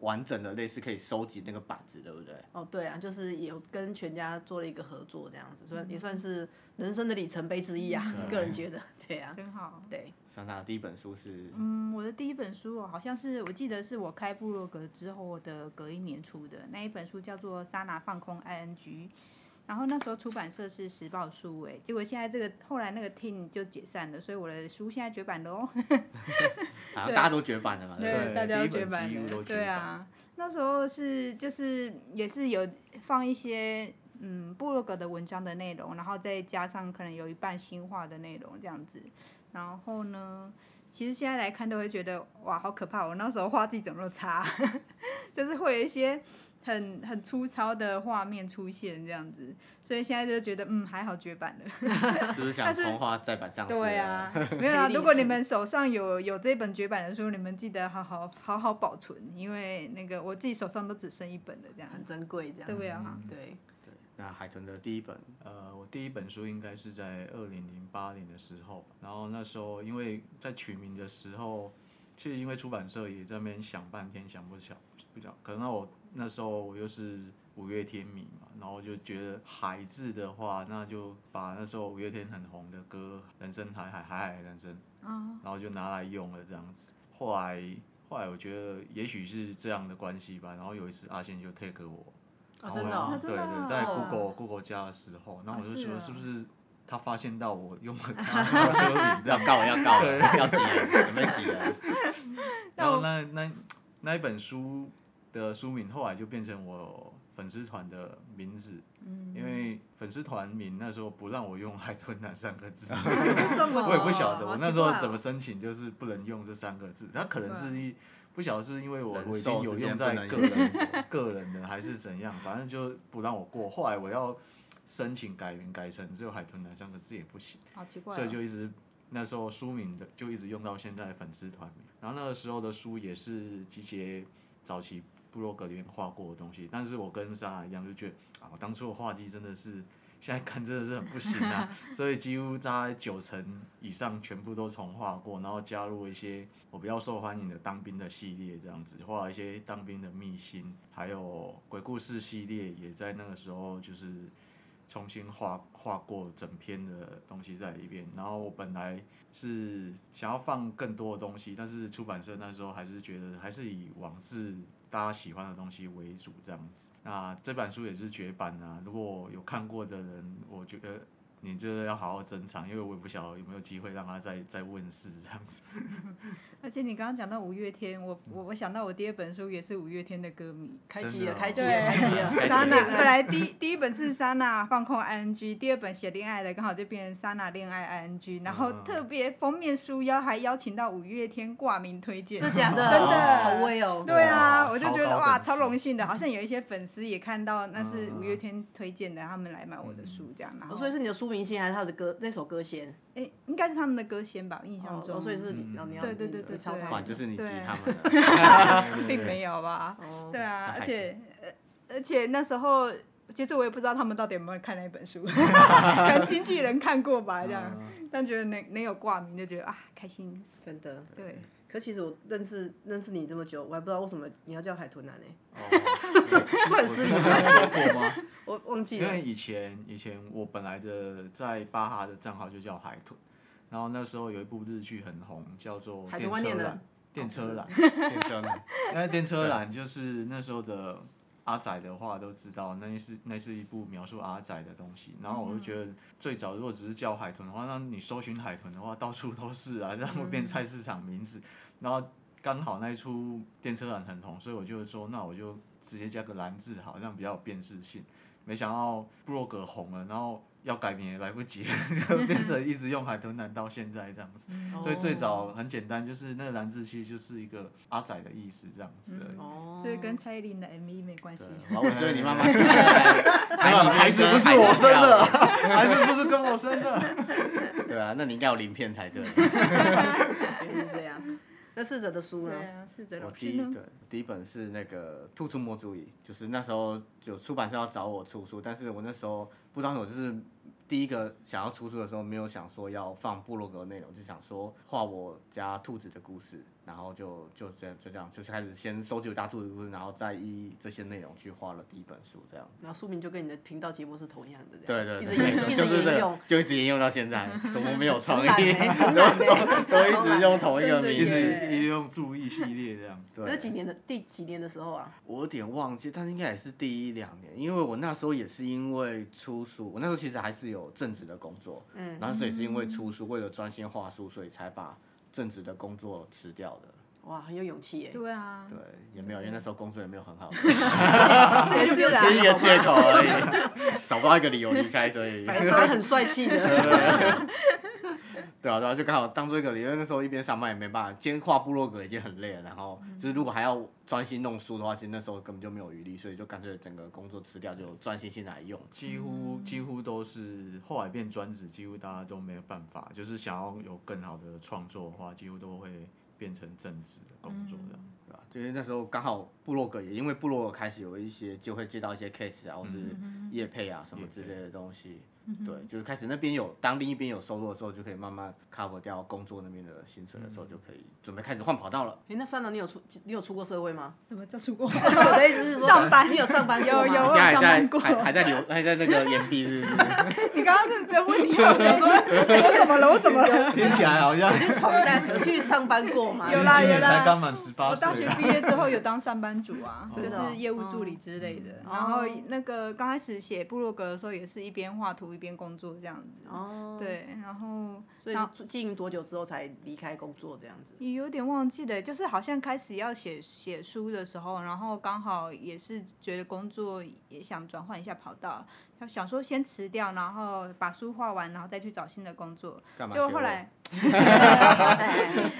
完整的类似可以收集那个板子，对不对？
哦，对啊，就是有跟全家做了一个合作，这样子，算也
嗯
算是人生的里程碑之一啊，
嗯
个人觉得，对啊，
真好。
对，
桑娜的第一本书是
嗯，我的第一本书哦，好像是我记得是我开部落格之后的隔一年出的那一本书，叫做《莎拿放空 ING》。然后那时候出版社是时报书诶，结果现在这个后来那个 team 就解散了，所以我的书现在绝版了哦。
好
啊
像大家都绝版了嘛，对不
对
大家都
第一本
绝版
几乎
了，
都绝
对啊，那时候是就是也是有放一些嗯部落格的文章的内容，然后再加上可能有一半新话的内容这样子。然后呢，其实现在来看都会觉得哇，好可怕！我 [laughs] 那时候画技怎么那么差， [laughs] 就是会有一些很很粗糙的画面出现这样子，所以现在就觉得嗯还好绝版了。 [laughs]
对？就是想
但是
重画再版上市。
对
[laughs]
啊，没有啊。
黑历史
如果你们手上有有这本绝版的书，你们记得好好好好保存，因为那个我自己手上都只剩一本了，这样
很珍贵这样，嗯
对不对
嗯
啊？
对，
[laughs] 那海豚的第一本
呃，我第一本书应该是在二零零八年的时候吧，然后那时候因为在取名的时候，其实因为出版社也在那边想半天想不想不想，可能我那时候我又是五月天迷嘛，然后就觉得海字的话，那就把那时候五月天很红的歌《人生海海海海人生》，然后就拿来用了这样子。后来后来我觉得也许是这样的关系吧，然后有一次阿信就 take 我，
哦，
嗯
然后
真的
我
哦，
真
对
的哦
对，在
哦
Google Google 家的时候，然后我
哦
就是说
啊
是不是他发现到我用了他的歌名这
要
[laughs]
样？
告了要告了，要急了，准备急了。
然后那那那一本书的书名后来就变成我粉丝团的名字，
嗯
因为粉丝团名那时候不让我用“海豚”那三个
[laughs]
字，
这么啊
我也不晓得
好
我
奇
那时候
怪哦啊
怎么申请，就是不能用这三个字，它可能是一。不晓得是不是因为我
忍
我已
受
经有
之间不
用在
能
个
用
人 [laughs] 个人的还是怎样，反正就不让我过。后来我要申请改名改成只有海豚男三个字也不行，
好奇怪、
所以
哦，
就一直那时候书名的就一直用到现在粉丝团名。然后那个时候的书也是集结早期部落格里面画过的东西，但是我跟莎拉一样就觉得啊，我当初的画技真的是。现在看真的是很不行
[laughs]
啊，所以几乎大概九成以上全部都重画过，然后加入一些我比较受欢迎的当兵的系列这样子，画一些当兵的秘辛，还有鬼故事系列也在那个时候就是重新画画过整篇的东西在里边。然后我本来是想要放更多的东西，但是出版社那时候还是觉得还是以网志大家喜欢的东西为主这样子。那这本书也是绝版啊，如果有看过的人，我觉得。你这要好好珍藏，因为我也不晓得有没有机会让它再再问世这样子。
而且你刚刚讲到五月天，我我我想到我第二本书也是五月天的歌迷。
开机
真的
了，
哦
开机了，开机
[laughs]
了。
对，
了
莎娜
开机
本来第第一本是莎娜放空 ing，第二本写恋爱的刚好就变成莎娜恋爱 ing，然后
嗯
特别封面书邀还邀请到五月天挂名推荐，
真的假的？
真
好
的，
威哦！
对啊，
哇
我就觉得
超高
哇，
等级
超荣幸的，好像有一些粉丝也看到那是
嗯嗯
五月天推荐的，他们来买我的书这样，然后
所以是你的书名先还是他的歌那首歌先？
哎，应该是他们的歌先吧，印象中，
哦，所以是
嗯
你，哦你要
对对对对
你抄
对
他
管
们
就
的。
是你激
对
他们的，[laughs]
[laughs] 并没有吧？
哦
对啊，
那
而
还
且呃，而且那时候。其实我也不知道他们到底有没有看那一本
[laughs]
书，可能经纪人看过吧，这样，
嗯
但觉得能能有挂名就觉得啊开心，
真的。
对，
可其实我认识认识你这么久，我还不知道为什么你要叫海豚男呢？欸 [laughs]
哦
会很失礼
我说过吗？
[laughs] 我忘记
因
了
为。以前以前我本来的在巴哈的账号就叫海豚，然后那时候有一部日剧很红，叫做
海豚
《电
万
车
年人
男》。电车男，
变成
[laughs] 那电车男就是那时候的阿仔的话都知道，那是那是一部描述阿仔的东西。然后我就觉得最早如果只是叫海豚的话，那你搜寻海豚的话到处都是啊，让我变菜市场名字。然后刚好那一出电车男很红，所以我就说那我就直接加个蓝字好，像比较有辨识性。没想到布洛格红了，然后要改名也来不及， [laughs] 就变成一直用海豚男到现在这样子。
哦
所以最早很简单，就是那个蓝字其实就是一个阿仔的意思这样子
嗯
[laughs] 而已。
哦，
所以跟蔡依林的 MV 没关系。
[laughs] 对，我觉得你妈妈还你
孩
孩
子
子
不
不
是
是
我
我
生
生
的
的，
还是不是跟我
[laughs]
生的？
对啊，那你应该有鳞片才对。
原来是这样。那逝者的书
对
呢？
啊，是这
[laughs] 我
种
第一个第一本是那个《兔出没注意》，就是那时候有出版社要找我出书，但是我那时候不知道为什么，就是第一个想要出书的时候，没有想说要放部落格内容，就想说画我家兔子的故事，然后就就这样就这样，就开始先收集我家兔子的故事，然后再依这些内容去画了第一本书，这样。
然后书名就跟你的频道节目是同样的，这
对对
样一
对，
直沿一
就
直
是
沿
这
用
个，，就一直沿用到现在，多么没有创
很
意 [laughs]
懒，欸很懒
[laughs]
欸
都一直用同一个
真的
名
一
字
耶。
直一直用注意系列这样。
对。
那几年的第几年的时候啊？
我有点忘记，但是应该也是第一两年，因为我那时候也是因为出书，我那时候其实还是有正职的工作，嗯，然后所以是因为出书，为了专心画书，所以才把正职的工作辞掉的。
哇，很有勇气欸耶！
对
[laughs]
啊，
对，也没有，因为那时候工作也没有很
[laughs]
好，啊
这个就不用
[laughs] 是一个
讲
借
了，
口而已，找不到一个理由离开，所
[laughs]
以
反正他很帅气的。 [laughs]
对啊，对啊，就刚好当做一个理由。因为那时候一边上班也没办法，兼跨部落格已经很累了，然后
嗯
就是如果还要专心弄书的话，其实那时候根本就没有余力，所以就干脆整个工作辞掉，就专心心来用。
几
嗯
乎几乎都是后来变专职，几乎大家都没有办法，就是想要有更好的创作的话，几乎都会变成正职的工作这样。
对吧？就是那时候刚好部落格也因为部落格开始有一些就会接到一些 case 啊，或
嗯
是业配啊什么之类的东西。对，就是开始那边有当另一边有收入的时候，就可以慢慢 cover 掉工作那边的薪水的
嗯
时候，就可以准备开始换跑道了。
哎，那三郎，你有出你有出过社会吗？
怎么叫出国？
[laughs] 我的意思是说，上班你有上班过吗
有有
你现在
我有上班
还在
过
还还在留还在那个岩壁是不
[laughs]
是？
你刚刚是在问题，我想说我怎么了？我怎么了？
听起来好像
闯荡，有去上班过吗？
嗯 [laughs] 有啦
今
有
年
啦
才刚满十八
我大
岁
学
啊。
毕业之后有当上班族啊，就
[laughs] 真的哦
是业务助理之类的。
嗯
然后那个刚开始写部落格的时候，也是一边画图一边工作这样子。
哦，
对，然后
所以是经营多久之后才离开工作这样子？
也有点忘记了，就是好像开始要写写书的时候，然后刚好也是觉得工作也想转换一下跑道，想说先辞掉，然后把书画完，然后再去找新的工作。
干嘛学
就
我？
后来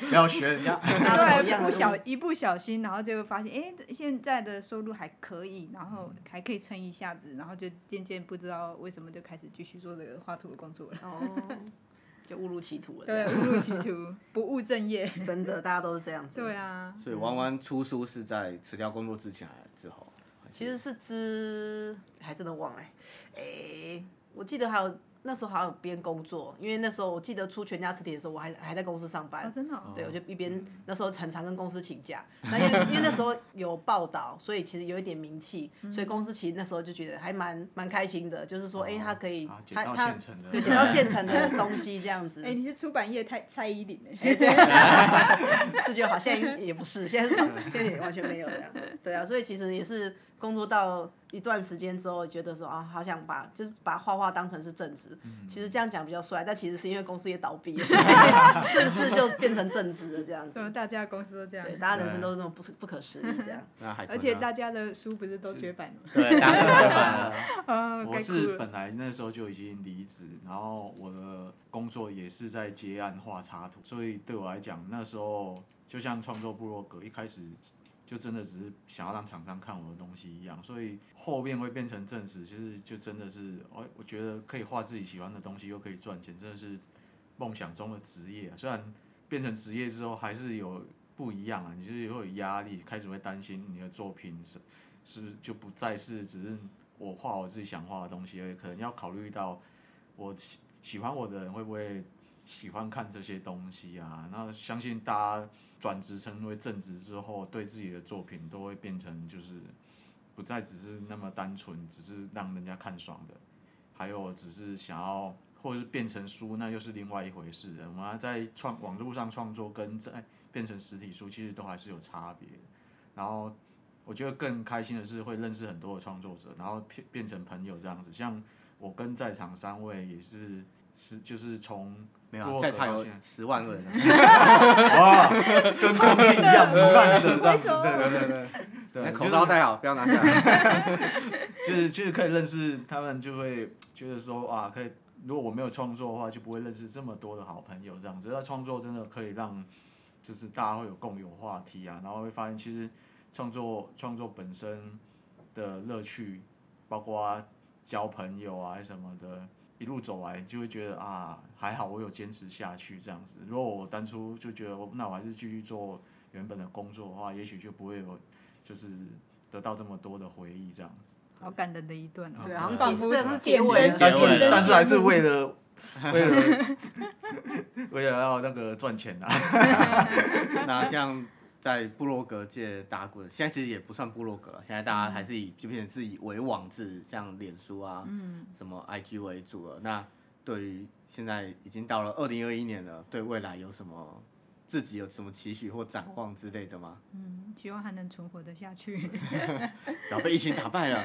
不要学人家。
大家都走一
对，
样
一
的
不小
路。
一不小心，然后就发现，哎、现在的收入还可以，然后
嗯
还可以撑一下子，然后就渐渐不知道为什么就开始继续做这个画图的工作了。
哦， [laughs] 就误入歧途
[laughs]
了。
对，误入歧途，不务正
[laughs]
业。
对， [laughs] 真的大家都是这样子。
对啊，
所以弯弯出书是在辞掉工作之前还是之后？
其实是之还真的忘了、欸，哎、我记得还有那时候还有边工作，因为那时候我记得出全家词典的时候，我还还在公司上班。
哦，真的、哦。
对，我就一边
嗯
那时候很常跟公司请假，那因为因为那时候有报道，所以其实有一点名气，所
嗯
以公司其实那时候就觉得还蛮蛮开心的，就是说，哎、他可以
啊，，捡
他
到
他
现成的，
对捡到现成的东西这样子
哎、，你是出版业太蔡依林哎、 [laughs]
哎，这样是就
[laughs]
好，现在也不是，现在是现在也完全没有这样。对啊，所以其实也是工作到一段时间之后，觉得说啊，好想把就是把画画当成是正职。
嗯
其实这样讲比较帅，但其实是因为公司也倒闭了，所以 [laughs] 顺势就变成正职了这样
怎么
子。
大家公司都这样
对，？大家人生都是这么不是不可思议
[laughs]
这样。
那海豚
而
呢
且大家的书不是都绝版了吗？
啊
[laughs]
对
[laughs]
大家都在烦了
啊，
我
该哭
是
了。
本来那时候就已经离职，然后我的工作也是在接案画插图，所以对我来讲，那时候就像创作部落格一开始就真的只是想要让厂商看我的东西一样，所以后面会变成正史，其实就真的是，哎，我觉得可以画自己喜欢的东西，又可以赚钱，真的是梦想中的职业啊、虽然变成职业之后，还是有不一样啊，你就是会有压力，开始会担心你的作品是是不是就不再是只是我画我自己想画的东西而已，可能要考虑到我喜喜欢我的人会不会喜欢看这些东西啊？那相信大家转职成为正职之后，对自己的作品都会变成就是不再只是那么单纯，只是让人家看爽的，还有只是想要。或者是变成书，那又是另外一回事了。我们在创网络上创作跟在变成实体书，其实都还是有差别的。然后我觉得更开心的是会认识很多的创作者，然后变变成朋友这样子。像我跟在场三位也是是就是从 [laughs]
没有
部
啊，
落
在
格
场
到
有
现在
十万个人啊，
哇，跟空
[laughs]
气一样，不
那
断
请
的这
挥手
样子，对对对对，
那
对，
口罩戴好，不要拿下来。
就是就是可以认识他们，就会觉得说啊，可以。如果我没有创作的话，就不会认识这么多的好朋友这样子。那创作真的可以让，就是大家会有共有话题啊，然后会发现其实创作创作本身的乐趣，包括交朋友啊什么的，一路走来就会觉得啊，还好我有坚持下去这样子。如果我当初就觉得我那我还是继续做原本的工作的话，也许就不会有就是得到这么多的回忆这样子。
好感人的一段哦，
对，好像
仿
仿
佛
佛这是
是结尾
结
但
尾
是
了
但是还是为了
[laughs]
为了为了要那个赚钱啊，
[laughs] 那像在部落格界打滚，现在其实也不算部落格了，现在大家还是以就变成是以为网志，像脸书啊，嗯，什么 IG 为主了。那对于现在已经到了二零二一年了，对未来有什么自己有什么期许或展望之类的吗？
嗯希望还能存活得下
[laughs]
去。
不要被疫情打败了，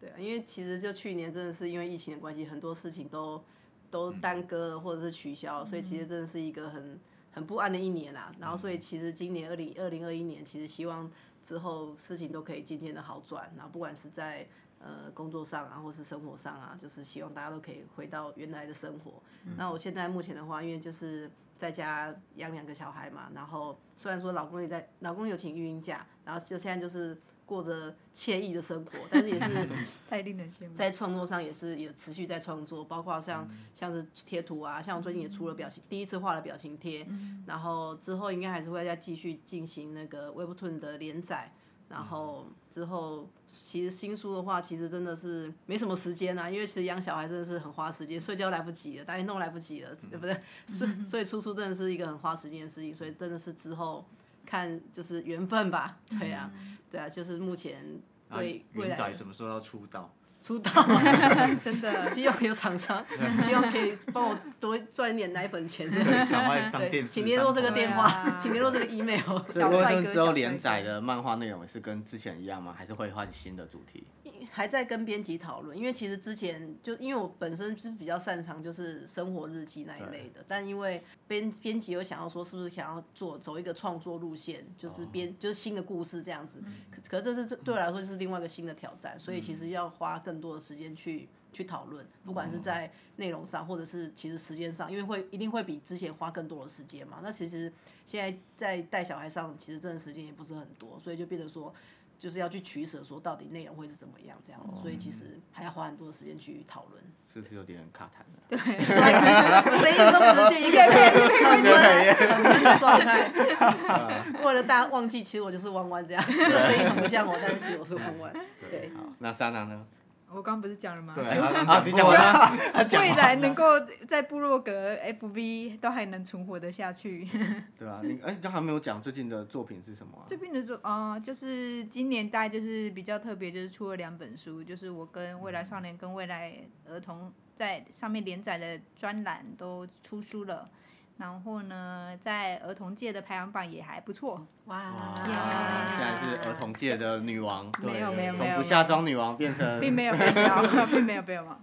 对啊，因为其实就去年真的是因为疫情的关系，很多事情都都耽搁了或者是取消，所以其实真的是一个很很不安的一年啦。然后所以其实今年二零二零二一年，其实希望之后事情都可以渐渐的好转，然后不管是在呃工作上啊，或是生活上啊，就是希望大家都可以回到原来的生活。那我现在目前的话，因为就是在家养两个小孩嘛，然后虽然说老公也在，老公有请育婴假，然后就现在就是过着惬意的生活，但是也是
太令人羡慕。
在创作上也是有持续在创作，包括像、像是贴图啊，像我最近也出了表情，第一次画了表情贴，然后之后应该还是会再继续进行那个 Webtoon 的连载，然后之后其实新书的话，其实真的是没什么时间啊，因为其实养小孩真的是很花时间，睡觉来不及了，打电动来不及了，对不对？所以所以出书真的是一个很花时间的事情，所以真的是之后看就是缘分吧，对啊，对啊，就是目前对未
云
来
仔
的
什么时候要出道？
出道。
[laughs] 真的，
希望有厂商，希望可以帮我多赚一点奶粉钱。
赶快上
对，
电视，
请联络这个电
对
话
啊，
[laughs] 请联络这个 email。
所以
小
洛
帅
顿
哥
之后
小
连
帅
载
哥
的漫画内容也是跟之前一样吗？还是会换新的主题？
还在跟编辑讨论，因为其实之前就因为我本身是比较擅长就是生活日记那一类的，但因为编编辑有想要说是不是想要做走一个创作路线，就是编、就是新的故事这样子。可可这是对我来说就是另外一个新的挑战，所以其实要花更多的时间去去讨论，不管是在内容上，或者是其实时间上，因为会一定会比之前花更多的时间嘛。那其实现在在带小孩上，其实真的时间也不是很多，所以就变得说。就是要去取舍，说到底内容会是怎么样这样，所以其实还要花很多的时间去讨论。
是不是有点卡痰了？
谁也都持续一个月，很不状态。为了大家忘记，其实我就是弯弯这样，这个声音很不像我，但是其实我是弯弯。对，
好，那莎娜呢？
我刚不是讲了吗？
对
啊，你讲完了。
未来能够在部落
[laughs]
格、FB 都还能存活得下去。
[laughs] 对啊，你哎，刚还没有讲最近的作品是什么啊
这？边的作呃，就是今年大概就是比较特别，就是出了两本书，就是我跟未来少年跟未来儿童在上面连载的专栏都出书了。然后呢，在儿童界的排行榜也还不错，
哇
哇，啊现在是儿童界的女王，
对
没有没有没
从
有，
不下妆女王变成
[laughs] 并没有被告，并没有被告。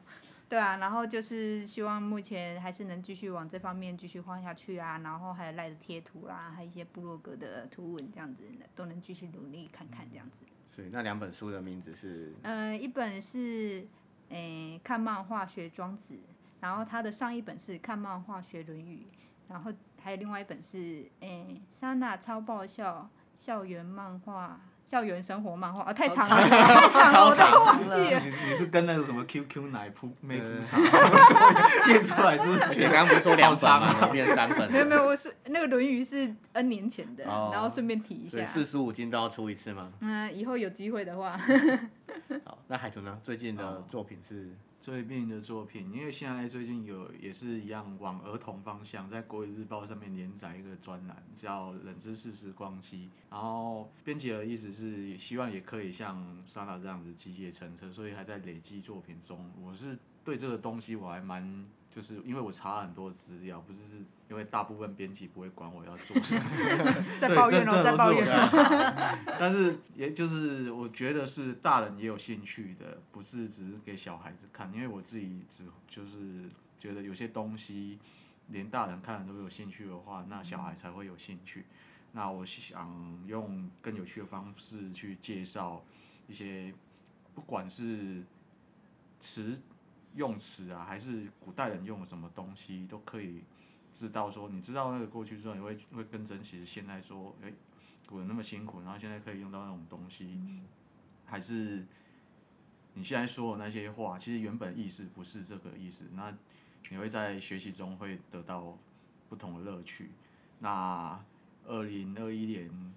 对啊，然后就是希望目前还是能继续往这方面继续画下去啊，然后还有赖的贴图啦、还有一些部落格的图文这样子，都能继续努力看看这样子。
所以那两本书的名字是
呃，一本是诶、看漫画学庄子，然后他的上一本是看漫画学论语，然后还有另外一本是诶莎娜超爆笑校园漫画校园生活漫画啊，太长了，太长了，我都忘记了。
你你是跟那个什么 QQ 奶铺妹铺茶 [laughs] 念出来是不是？
你
[laughs]
刚刚不是说两本吗？怎么变三本？
没有没有，我是那个《论语》是 N 年前的，
哦
然后顺便提一
所以
下。
四书五经都要出一次吗？
嗯，以后有机会的话，
好，那海豚呢？最近的作品
[laughs]
是
最近的作品，因为现在最近有也是一样往儿童方向，在《国语日报》上面连载一个专栏，叫《冷知识时光机》。然后编辑的意思是希望也可以像莎拉这样子集结成册，所以还在累积作品中。我是对这个东西我还蛮。就是因为我查很多资料，不是是因为大部分编辑不会管我要做什么，
在抱怨
所
哦，
以这
在抱怨
这都
哦。
是我的但是也就是我觉得是大人也有兴趣的，不是只是给小孩子看，因为我自己只就是觉得有些东西连大人看了都有兴趣的话，那小孩才会有兴趣。那我想用更有趣的方式去介绍一些，不管是词用词啊，还是古代人用的什么东西，都可以知道说，你知道那个过去之后，你会会更珍惜现在说，哎、古人那么辛苦，然后现在可以用到那种东西，还是你现在说的那些话，其实原本意思不是这个意思，那你会在学习中会得到不同的乐趣。那二零二一年，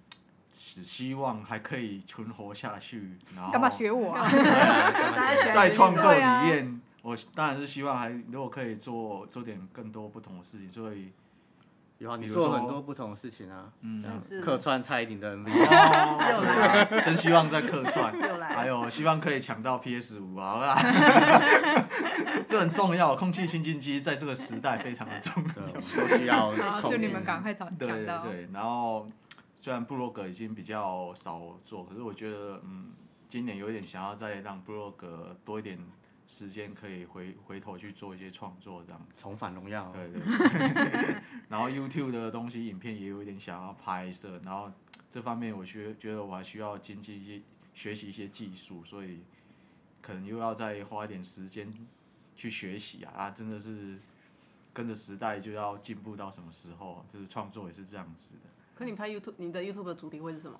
只希望还可以存活下去，然后
干嘛学我啊？
大家喜欢
再创作理
对啊
念，我当然是希望还如果可以做做点更多不同的事情，所以
有啊，你
比如说
做很多不同的事情啊，嗯，
像是
客串蔡依林的 MV 啊。
哦又来
哦真希望在客串，
又来
还有希望可以抢到 PS 五啊，好啦 [laughs] 这很重要，空气清净机在这个时代非常的重
对，我
要
们。都需要
好，
冲
就你
劲
们赶快讲
[laughs] 对
讲哦到。
对，然后虽然部落格已经比较少做，可是我觉得嗯，今年有点想要再让部落格多一点时间，可以回回头去做一些创作这样子。
重返荣耀。
对对对。然后 YouTube 的东西，影片也有一点想要拍摄，然后这方面我学觉得我还需要经济一些学习一些技术，所以可能又要再花一点时间去学习啊啊！真的是跟着时代就要进步到什么时候？就是创作也是这样子的。
可你拍 YouTube，你的 YouTube 的主题会是什么？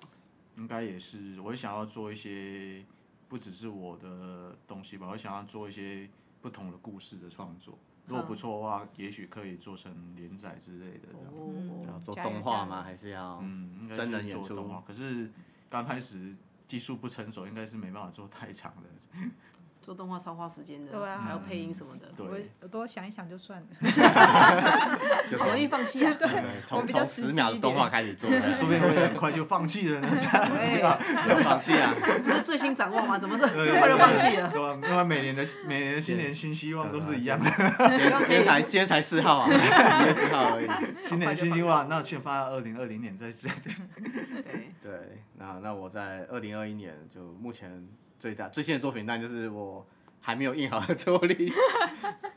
应该也是，我想要做一些不只是我的东西吧，我想要做一些不同的故事的创作。如果不错的话，也许可以做成连载之类的这样。
要
哦，
做
加油
动画
加
吗？
油
还是要？
嗯，应该
真人
是
演
做
出
动画，可是刚开始技术不成熟，应该是没办法做太长的。
做动画超花时间的，
对啊
还有配音什么的，
我
对，
我多想一想就算了。
就
好容易
是
放弃啊。
对从
我比较
从
实
十
际
秒
一
的
点
动画开始做，对
说不定会很快就放弃
[laughs]
了呢。这样
对，
哎
不要放弃啊！
不是最新展望吗？怎么 [laughs] 这
对
么快就放弃了？
对吧？因为每年的每年的新年新希望都是一样
啊
的，
今天才今天才四号啊，一月四号而已。
啊
新年新希望，那先放在二零二零年再再
对，
对，那那我在二零二一年就目前最大最新的作品，那就是我还没有印好的作
[laughs]
品。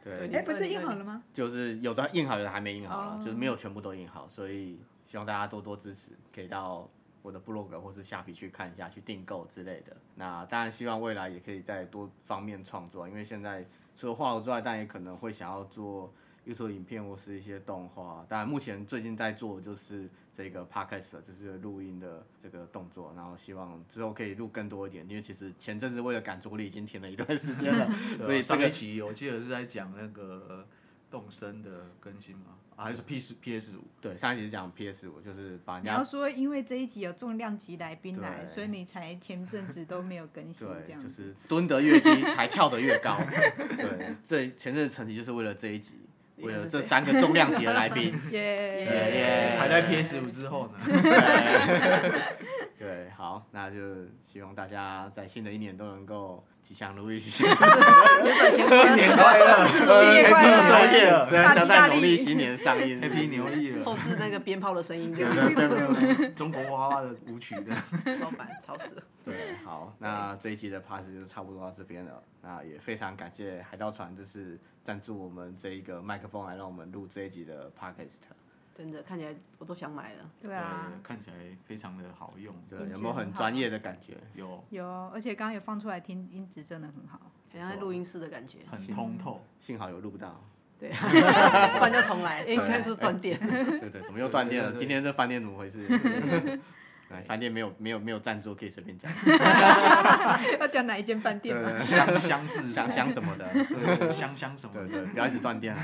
对，
对
哎，不是印好了吗？
就是有的印好，有的还没印好啦，
哦
就是没有全部都印好，所以希望大家多多支持，可以到我的部落格或是虾皮去看一下，去订购之类的。那当然希望未来也可以再多方面创作，因为现在除了画图之外，但也可能会想要做 YouTube 影片或是一些动画。当然，目前最近在做的就是这
嗯
个 podcast，就是录音的这个动作。然后希望之后可以录更多一点，因为其实前阵子为了赶着力已经停了一段时间
[laughs]
了，
对啊
所以这
上一
个
期我记得是在讲那个动森的更新吗？啊、还是 P 十 P S 五？
对上一集是讲 PS 五，就是把人
你
家
要说，因为这一集有重量级来宾来，
对
所以你才前阵子都没有更新这
对，
样
就
[laughs] 子。
是蹲得越
[laughs]
低，才跳得越高。对，这前阵子成绩就是为了这一集，
也
为了
是
这
这
三个重量级的来
[laughs]
宾。
耶
耶耶
还在 P S 五之后呢？
对，好，那就希望大家在新的一年都能够吉祥
[laughs]
如意。
新年快乐，
新年快乐
收业了
对，
大吉
将在
大利
农历新年上映。
[laughs] ，Happy 牛意
[laughs]
了
后，置那个鞭炮的声音，
对对对对对
中国娃娃的舞曲这样。
超烦，超死了。
对，好，那这一集的 p a s s 就差不多到这边了。那也非常感谢海盗船，就是赞助我们这一个麦克风，来让我们录这一集的 podcast。
真的看起来我都想买了。
对啊，
对看起来非常的好用。
对，
音质
有没有
很
很
好
专业的感觉？
有
有，而且刚刚有放出来听，音质真的很好。
很像在录音室的感觉，
很通透，
幸好有录到。
对，不然就重来，应该是断电。
对对，怎么又断电了？
对对对
今天这饭店怎么回 [laughs] 事？来，饭店没有没有没有赞助，可以随便 [laughs] 讲，
[laughs] 要讲哪一间饭店吗？
香香自
香香什么的，
对香香什么
对
的。
对，不要一直断电 [laughs] 啊。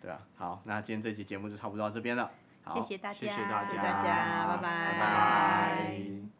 对啊，好，那今天这期节目就差不多到这边了，好，
谢谢大家，
谢谢大家
大家，拜
拜
拜
拜
拜